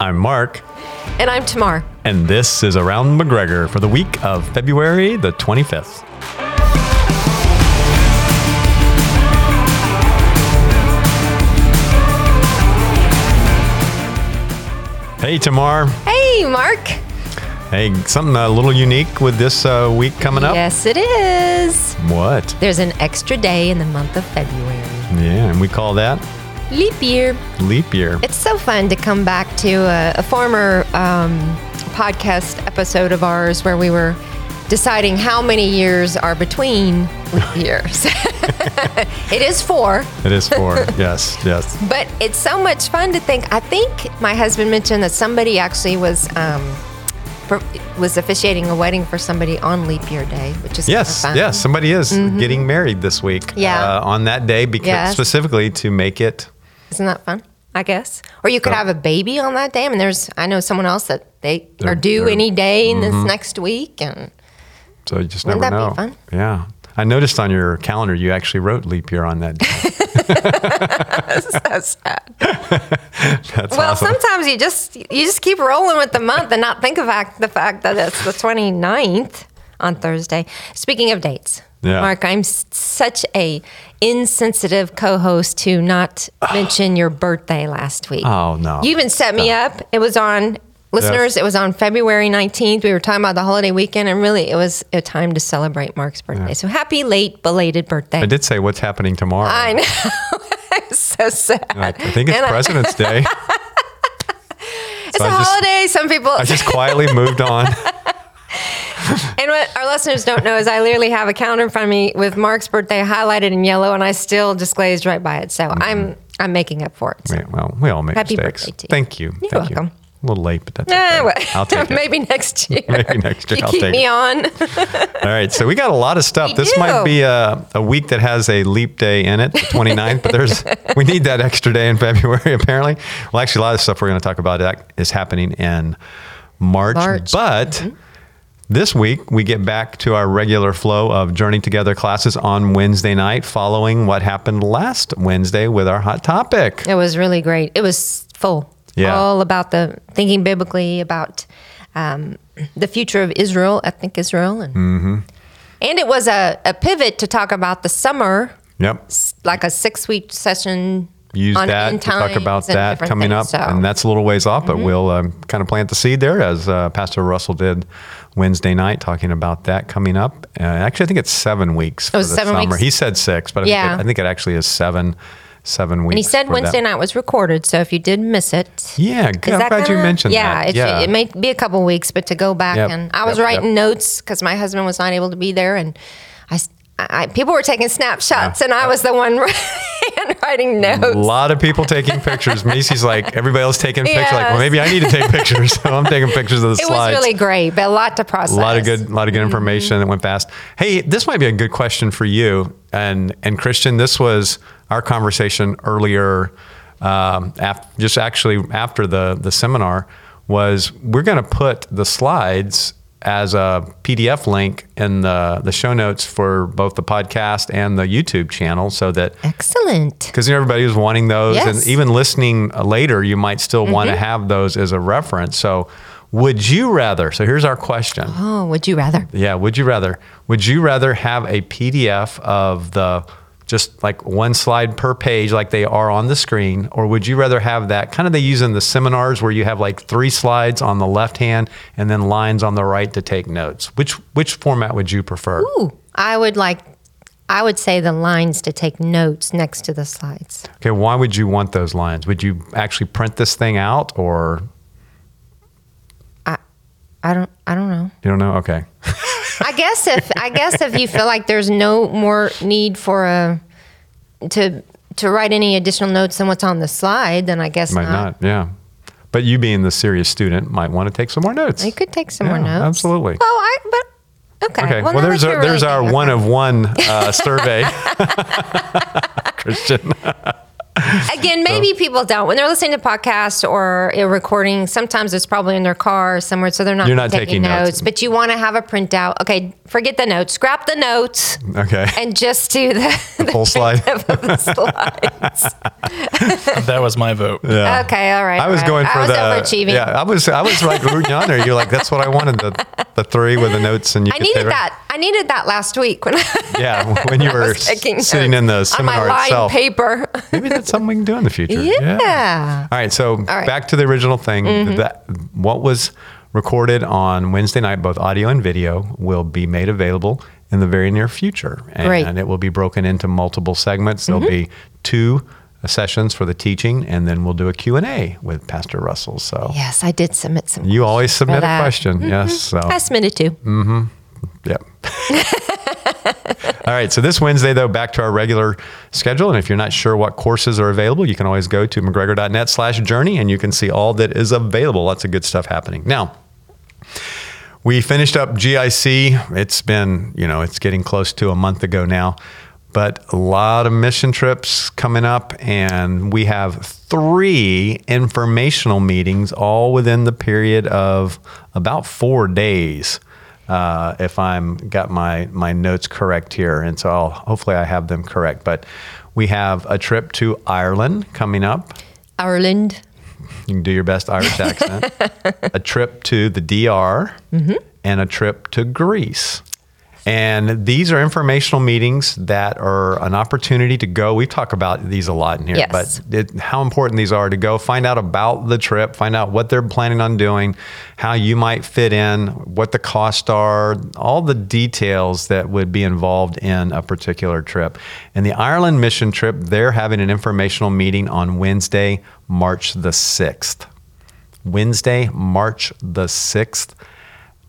I'm Mark, And I'm Tamar. and this is Around McGregor for the week of February the 25th. Hey, Tamar. Hey, Mark. Hey, something a little unique with this uh, week coming up. Yes, it is. What? There's an extra day in the month of February. Yeah, and we call that Leap year. leap year. It's so fun to come back to a, a former um, podcast episode of ours where we were deciding how many years are between leap years. it is four. It is for yes, yes. But it's so much fun to think. I think my husband mentioned that somebody actually was um, per, was officiating a wedding for somebody on leap year day, which is kinda Yes, fun. Mm-hmm. yes. Somebody is getting married this week. Yeah. Uh, on that day, because Yes. specifically to make it. Isn't that fun? I guess. Or you could So- have a baby on that day. I mean, there's I know someone else that they are due they're- Mm-hmm. any day in this next week, and So you just Wouldn't never that know. be fun? Yeah. I noticed on your calendar you actually wrote leap year on that day. that's sad. That's Well, awesome. sometimes you just you just keep rolling with the month and not think about the fact that it's the 29th on Thursday. Speaking of dates, Yeah. Mark, I'm s- such a insensitive co-host to not mention your birthday last week. Oh, no. You even set me up. It was on listeners. It was on February 19th. We were talking about the holiday weekend, and really, it was a time to celebrate Mark's birthday. So happy late belated birthday. I did say what's happening tomorrow. I know. I'm so sad. I, I think it's And I- President's Day. It's So a I just- holiday. Some people, I just quietly moved on. and what our listeners don't know is I literally have a calendar in front of me with Mark's birthday highlighted in yellow, and I still just glazed right by it. So Mm-hmm. I'm I'm making up for it. So. Yeah, well, we all make Happy mistakes. birthday to you. Thank you. You're Thank welcome. You. A little late, but that's Eh, okay. well, I'll take it. maybe next year. Maybe next year You I'll keep take me it. on. All right, so we got a lot of stuff. We this might do. be a, a week that has a leap day in it, the 29th, but there's we need that extra day in February, apparently. Well, actually, a lot of stuff we're going to talk about that is happening in March. March. Mm-hmm. But this week, we get back to our regular flow of Journey Together classes on Wednesday night, following what happened last Wednesday with our hot topic. It was really great. It was full. Yeah. All about the thinking biblically about um, the future of Israel, ethnic Israel, and Mm-hmm. and it was a, a pivot to talk about the summer, Yep. s- like a six week session. Use on that end to talk times about and that different coming things. up. So, Mm-hmm. And that's a little ways off, but we'll um, kind of plant the seed there as uh, Pastor Russell did Wednesday night, talking about that coming up. Uh, actually, I think it's seven weeks for was the Oh, seven summer. weeks? He said six, but I, Yeah. think it, I think it actually is seven, seven weeks. and he said Wednesday night was recorded, so if you did miss it, Yeah, good. Is I'm that glad you gonna- mentioned yeah, that. It, yeah, it may be a couple weeks, but to go back Yep, and I was yep, yep. writing notes because my husband was not able to be there, and I, s- I- people were taking snapshots, and I was the one handwriting a notes. lot of people taking pictures. Macy's like, everybody else taking pictures. Like, well, Yes. maybe I need to take pictures. so I'm taking pictures of the It was slides. really great, but a lot to process. Mm-hmm. A lot of good, a lot of good information that went fast. Hey, this might be a good question for you and and Christian. This was our conversation earlier, um, af- just actually after the the seminar was we're going to put the slides as a PDF link in the the show notes for both the podcast and the YouTube channel, so that Excellent. because everybody was wanting those and Yes. Mm-hmm. even listening uh, later you might still want to have those as a reference so would you rather so here's our question Oh, would you rather? yeah would you rather would you rather have a pdf of the just like one slide per page like they are on the screen or would you rather have that kind of they use in the seminars where you have like three slides on the left hand and then lines on the right to take notes which which format would you prefer Ooh, I would like. I would say the lines to take notes next to the slides. Okay, why would you want those lines? Would you actually print this thing out or I don't. I don't know. you don't know? Okay. I guess if I guess if you feel like there's no more need for a to to write any additional notes than what's on the slide, then I guess Might not. Yeah. But you being the serious student might want to take some more notes. You could take some more Yeah, notes. absolutely. Well, I but okay. Okay. Well, now there's that our, you're there's really our thinking one about of one uh, survey, uh, Christian. Again, maybe people don't. When they're listening to podcasts or a recording, sometimes it's probably in their car or somewhere, so they're not, You're not taking notes. But you want to have a printout. Okay, forget the notes, scrap the notes, Okay. and just do the, the Full slide. printout of the slides. That was my vote. Yeah. Okay, all right. I was all going right. for I was the overachieving. Yeah, I was I was like rooting on there. You're like, that's what I wanted the the three with the notes and you. I could needed say- that. I needed that last week when I Yeah, when you I were was taking s- sitting in the notes on my seminar lined itself. paper. Maybe that's something we can do in the future. Yeah. All right. So right. Mm-hmm. back to the original thing. That what was recorded on Wednesday night, both audio and video, will be made available in the very near future, and Great. Mm-hmm. it will be broken into multiple segments. There'll be two uh, sessions for the teaching, and then we'll do a Q and A with Pastor Russell. So Yes, I did submit some. you always submit a that. Mm-hmm. question. Yes. So I submitted two. Mm. Yep. All right. So this Wednesday, though, back to our regular schedule. And if you're not sure what courses are available, you can always go to mcgregor.net slash journey and you can see all that is available. Lots of good stuff happening. Now, we finished up GIC. It's been, you know, it's getting close to a month ago now, but a lot of mission trips coming up. And we have three informational meetings all within the period of about four days. Uh, if I'm got my my notes correct here, and so I'll, hopefully I have them correct. But we have a trip to Ireland coming up. Ireland. You can do your best Irish accent. a trip to the doctor and a trip to Greece. And these are informational meetings that are an opportunity to go. We talk about these a lot in here, Yes. but it, how important these are to go find out about the trip, find out what they're planning on doing, how you might fit in, what the costs are, all the details that would be involved in a particular trip. And the Ireland mission trip, they're having an informational meeting on Wednesday, March the 6th. Wednesday, March the 6th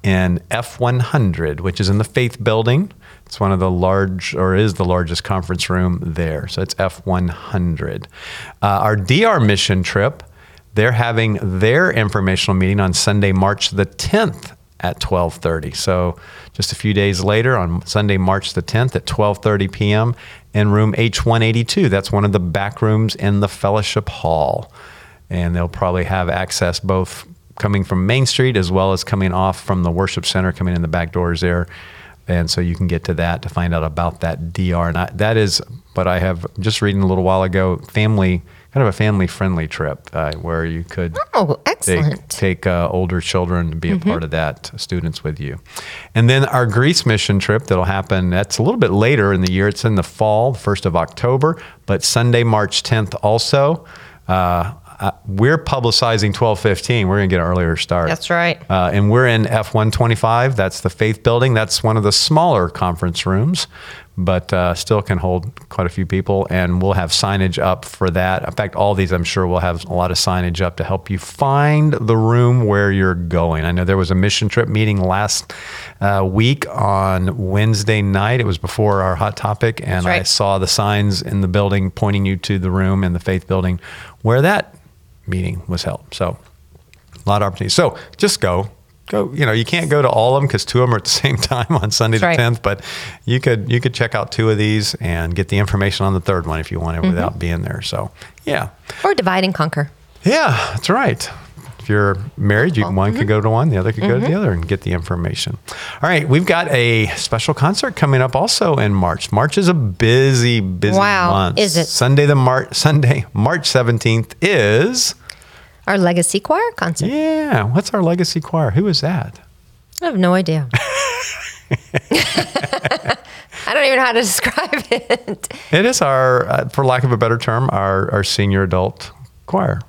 in F100, which is in the Faith Building. It's one of the large, or is the largest conference room there. So it's F100. Uh, our DR mission trip, they're having their informational meeting on Sunday, March the 10th at 12:30. So just a few days later on Sunday, March the 10th at 12:30 p.m. in room H182. That's one of the back rooms in the fellowship hall and they'll probably have access both coming from Main Street as well as coming off from the worship center, coming in the back doors there. And so you can get to that to find out about that DR. And I, that is what I have just reading a little while ago. Family, kind of a family friendly trip uh, where you could Oh, take, excellent. Mm-hmm. take uh, older children to be a part of that, uh, students with you. And then our Greece mission trip that'll happen, that's a little bit later in the year. It's in the fall, 1st of October, but Sunday, March 10th also. Uh, uh, we're publicizing 1215. We're going to get an earlier start. That's right. Uh, and we're in F125. That's the Faith Building. That's one of the smaller conference rooms, but uh, still can hold quite a few people. And we'll have signage up for that. In fact, all these, I'm sure, will have a lot of signage up to help you find the room where you're going. I know there was a mission trip meeting last uh, week on Wednesday night. It was before our hot topic, and I right. saw the signs in the building pointing you to the room in the Faith Building where that meeting was held. So a lot of opportunities. So just go. Go, you know, you can't go to all of them because two of them are at the same time on Sunday That's the right. tenth. But you could you could check out two of these and get the information on the third one if you want it Mm-hmm. without being there. So yeah, Or divide and conquer. yeah, that's right. If you're married, you, one mm-hmm. could go to one, the other could go to the other and get the information. All right, we've got a special concert coming up also in March. March is a busy, busy Wow, month. is it? Sunday the March Sunday March seventeenth is Our legacy choir concert. yeah. What's our legacy choir? Who is that? I have no idea. I don't even know how to describe it. It is our, uh, for lack of a better term, our, our senior adult choir,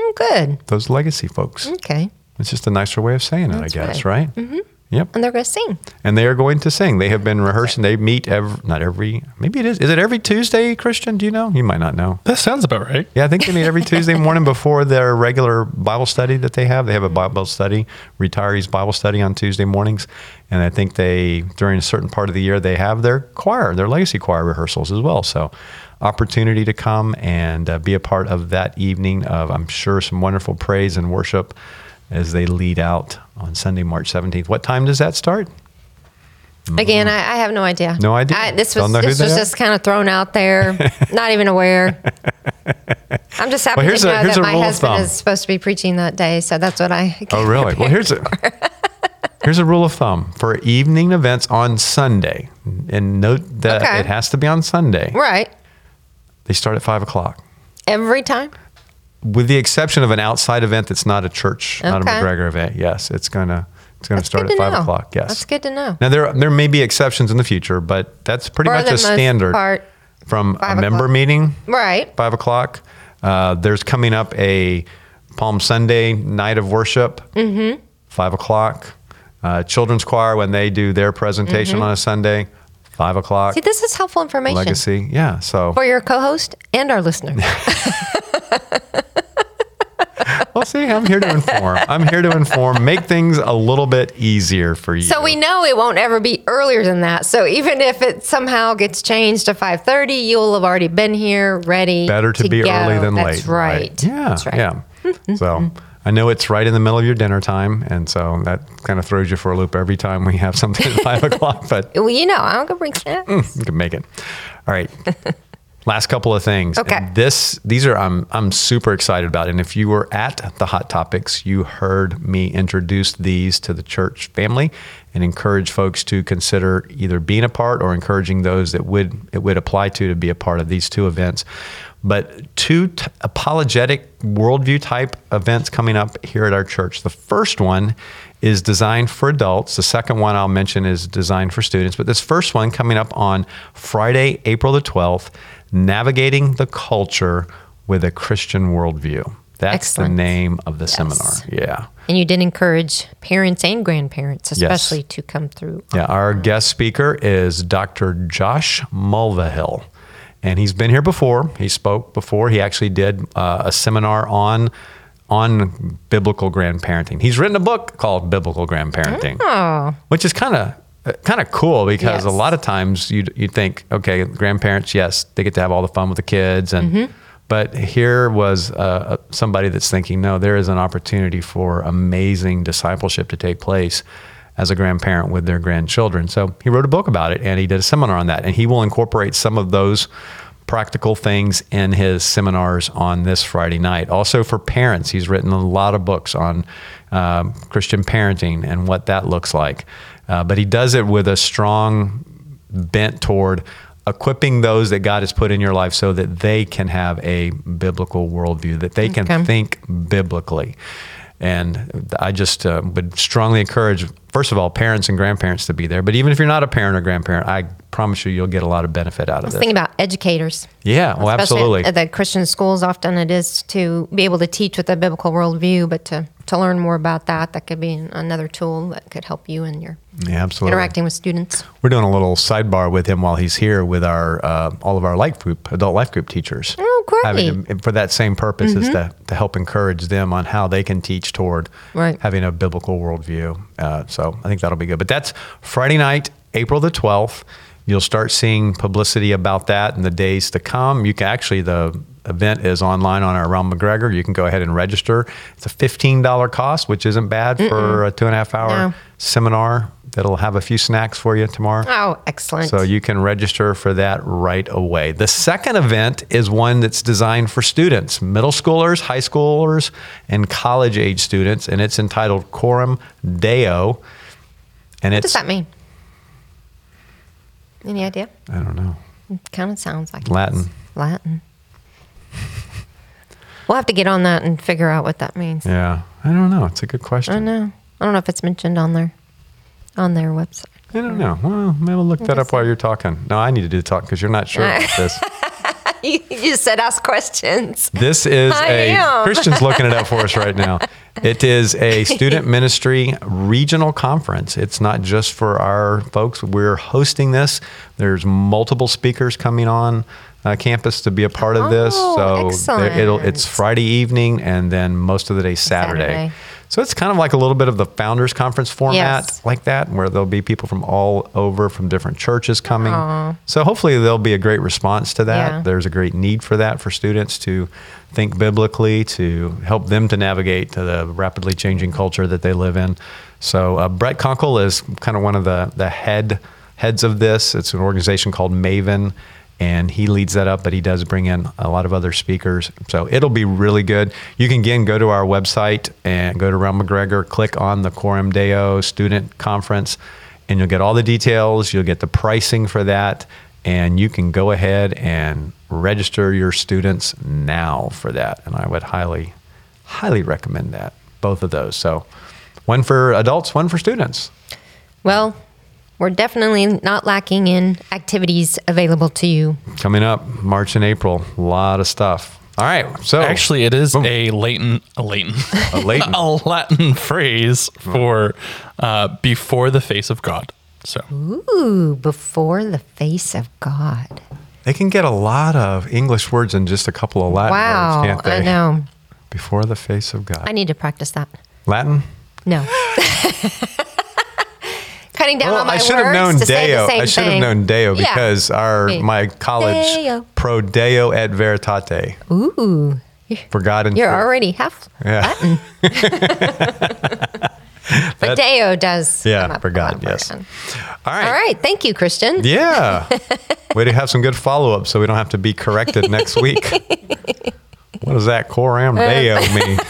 Oh, Good. those legacy folks. Okay. It's just a nicer way of saying it, I guess, Mm. right? Mm-hmm. Yep. And they're going to sing. And they are going to sing. They have been rehearsing. They meet every, not every, maybe it is. Is it every Tuesday, Christian? Do you know? You might not know. That sounds about right. Yeah, I think they meet every Tuesday morning before their regular Bible study that they have. They have a Bible study, retirees Bible study on Tuesday mornings. And I think they, during a certain part of the year, they have their choir, their legacy choir rehearsals as well. So, opportunity to come and uh, be a part of that evening of, I'm sure, some wonderful praise and worship as they lead out on Sunday, March 17th. What time does that start? Again, I, I have no idea. No idea. I, this Don't was know who this they was are? just kind of thrown out there. Not even aware. I'm just happy Well, here's to a- know here's that a my rule of husband thumb. is supposed to be preaching that day, so that's what I. Oh, really? Well, here's a here's a rule of thumb for evening events on Sunday, and note that Okay. it has to be on Sunday. right. They start at five o'clock, Every time. with the exception of an outside event that's not a church, not a Okay. McGregor event. Yes, it's gonna it's gonna That's start good at to five know. o'clock. Yes, That's good to know. Now there there may be exceptions in the future, but that's pretty For much the a most standard part, from a five member o'clock. meeting. Right. Five o'clock. Uh, there's coming up a Palm Sunday night of worship. Mm-hmm. Five o'clock. Uh, children's choir when they do their presentation on a Sunday. Five o'clock. Mm-hmm. See, this is helpful information Legacy. Yeah. So for your co-host and our listener. we'll see. I'm here to inform. I'm here to inform. Make things a little bit easier for you. So we know it won't ever be earlier than that. So even if it somehow gets changed to 5:30, you'll have already been here, ready. better to, be go. early than late. That's right. Yeah. That's right. Mm-hmm. Yeah. so I know it's right in the middle of your dinner time, and so that kind of throws you for a loop every time we have something at five o'clock. But Well, you know, I'll go bring snacks. you Hmm, can make it. All right. Last couple of things. Okay. And this these are I'm I'm super excited about. And if you were at the hot topics, you heard me introduce these to the church family and encourage folks to consider either being a part or encouraging those that would it would apply to to be a part of these two events. But two t- apologetic worldview type events coming up here at our church. The first one is designed for adults. The second one I'll mention is designed for students. But this first one coming up on Friday, April the 12th, Navigating the Culture with a Christian Worldview. That's Excellent. the name of the seminar. Yeah. and you did encourage parents and grandparents, especially, to come through. Yeah, our guest speaker is Dr. Josh Mulvihill. And he's been here before. He spoke before. He actually did uh, a seminar on on biblical grandparenting. He's written a book called Biblical Grandparenting, Oh, which is kind of kind of cool because a Yes. lot of times you you think, okay, grandparents, yes, they get to have all the fun with the kids, and but here was uh, somebody that's thinking, no, there is an opportunity for amazing discipleship to take place as a grandparent with their grandchildren. So he wrote a book about it, and he did a seminar on that, and he will incorporate some of those practical things in his seminars on this Friday night. Also for parents, he's written a lot of books on um, Christian parenting and what that looks like. Uh, but he does it with a strong bent toward equipping those that God has put in your life so that they can have a biblical worldview, that they can Okay. think biblically. And I just uh, would strongly encourage, first of all, parents and grandparents to be there. But even if you're not a parent or grandparent, I promise you, you'll get a lot of benefit out of this. Think about educators. Yeah, well, Especially absolutely. At the Christian schools, often it is to be able to teach with a biblical worldview, but to, to learn more about that, that could be an- another tool that could help you in your Yeah, absolutely. interacting with students. We're doing a little sidebar with him while he's here with our uh, all of our life group, adult life group teachers. Oh, great. Mm-hmm. Having to- for that same purpose is to, to help encourage them on how they can teach toward Right. having a biblical worldview. Uh, so I think that'll be good. But that's Friday night, April the 12th. You'll start seeing publicity about that in the days to come. You can actually, the event is online on our Realm McGregor. You can go ahead and register. It's a $15 cost, which isn't bad for a two and a half hour No. seminar that'll have a few snacks for you tomorrow. Oh, excellent. So you can register for that right away. The second event is one that's designed for students, middle schoolers, high schoolers, and college age students, and it's entitled Coram Deo. And what does it's that mean? Any idea? I don't know Kind of sounds like Latin. Latin. We'll have to get on that and figure out what that means. Yeah, I don't know. It's a good question. I know. I don't know if it's mentioned on their on their website. I don't know. Well, maybe we'll look that up while you're talking. No, I need to do the talk because you're not sure about this. you just said ask questions. This is I a am. Christian's looking it up for us right now. It is a student ministry regional conference. It's not just for our folks. We're hosting this. There's multiple speakers coming on uh, campus to be a part of this. Oh, so there- it'll, it's excellent. Friday evening and then most of the day Saturday. Saturday. So it's kind of like a little bit of the founders conference format, Yes. like that, where there'll be people from all over from different churches coming. Aw. So hopefully there'll be a great response to that. Yeah. There there's a great need for that for students to think biblically, to help them to navigate to the rapidly changing culture that they live in. So uh, Brett Conkle is kind of one of the the head heads of this. It's an organization called Maven, and he leads that up, but he does bring in a lot of other speakers. So it'll be really good. You can again go to our website and go to Ron McGregor, click on the Quorum Deo Student Conference, and you'll get all the details. You'll get the pricing for that, and you can go ahead and register your students now for that. And I would highly, highly recommend that, both of those. So one for adults, one for students. Well, we're definitely not lacking in activities available to you. Coming up, March and April, a lot of stuff. All right. So Actually, it is a latent, a latent, Oh. A latent. a Latin phrase for uh, before the face of God. So Ooh, before the face of God. They can get a lot of English words in just a couple of Latin Wow. words, can't they? I know. Before the face of God. I need to practice that. Latin? No. Cutting down Well, on my I should words have known to say Deo. the same I should have thing. known Deo Yeah. because our Me. my college Deo. pro Deo et veritate Ooh, for God and you're truth. already half Yeah. Latin. but Deo does. Yeah, come up for God, on yes. version. All right. All right. Thank you, Christian. Yeah. Way to have some good follow up so we don't have to be corrected next week. what does that coram Uh. deo mean?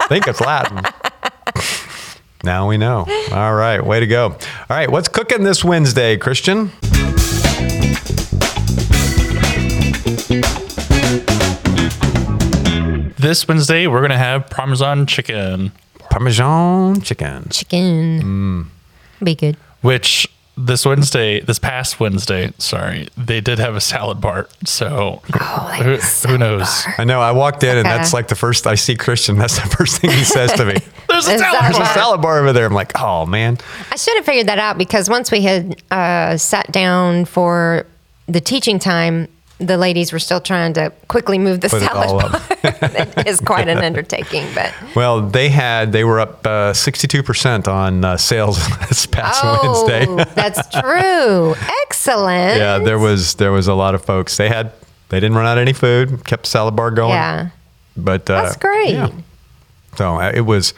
I think it's Latin. Now we know. All right. Way to go. All right. What's cooking this Wednesday, Christian? this Wednesday, we're going to have Parmesan chicken, Parmesan chicken. Chicken. Mm. Be good. which this Wednesday, this past Wednesday, sorry, they did have a salad bar. So Oh, like who, a who knows? I know. I walked in and Okay. that's like the first I see Christian. That's the first thing he says to me. There's a Is salad that There's a bar. salad bar over there. I'm like, oh, man. I should have figured that out because once we had uh, sat down for the teaching time, the ladies were still trying to quickly move the Put it all salad up. bar. it is quite an undertaking, but Well, they had, they were up uh, 62% on uh, sales this past oh, Wednesday. that's true. Excellent. yeah there was there was a lot of folks they had they didn't run out of any food kept the salad bar going Yeah. but uh, That's great. yeah. so uh, it was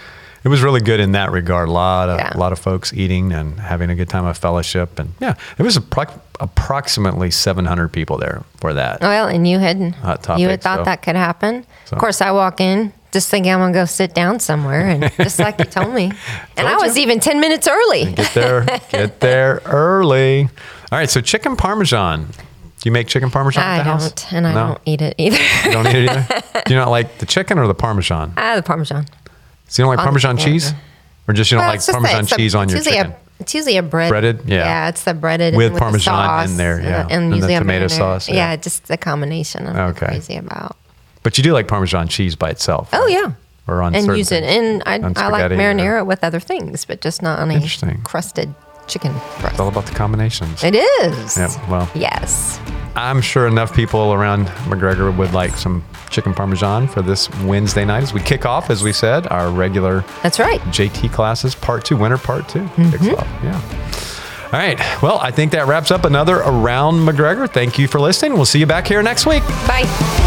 it was really good in that regard a lot of Yeah. a lot of folks eating and having a good time of fellowship and yeah it was appro- approximately 700 people there for that Well, and you hadn't. Hot you topic, had thought so- that could happen. so. Of course, I walk in just thinking I'm gonna go sit down somewhere, and just like you told me, and I Told was you. even ten minutes early. get there get there early all right so chicken parmesan do you make chicken parmesan at I the house don't, and I no, don't eat it either. you don't eat it either? do you not like the chicken or the parmesan ah, the parmesan. so you don't like On the parmesan chicken. cheese or just you don't Well, like it's just that parmesan it's a- cheese on it's your usually chicken A, it's usually a uh, bread. Breaded? Yeah. Yeah, it's the breaded and With the Parmesan in sauce there, yeah. and, And the usually a tomato marinara. sauce, yeah. Yeah. just the combination. I'm not Okay. crazy about. But you do like Parmesan cheese by itself. Oh right? yeah. Or on and certain use it, things. and I, On I like spaghetti or- marinara with other things, but just not on a Interesting. crusted chicken It's all crust. about the combinations. It is. Yeah, well. Yes. I'm sure enough people around McGregor would like some chicken parmesan for this Wednesday night as we kick off, as we said, our regular That's right. JT classes, part two, winter part 2 kicks off. Yeah. All right. Well, I think that wraps up another Around McGregor. Thank you for listening. We'll see you back here next week. Bye.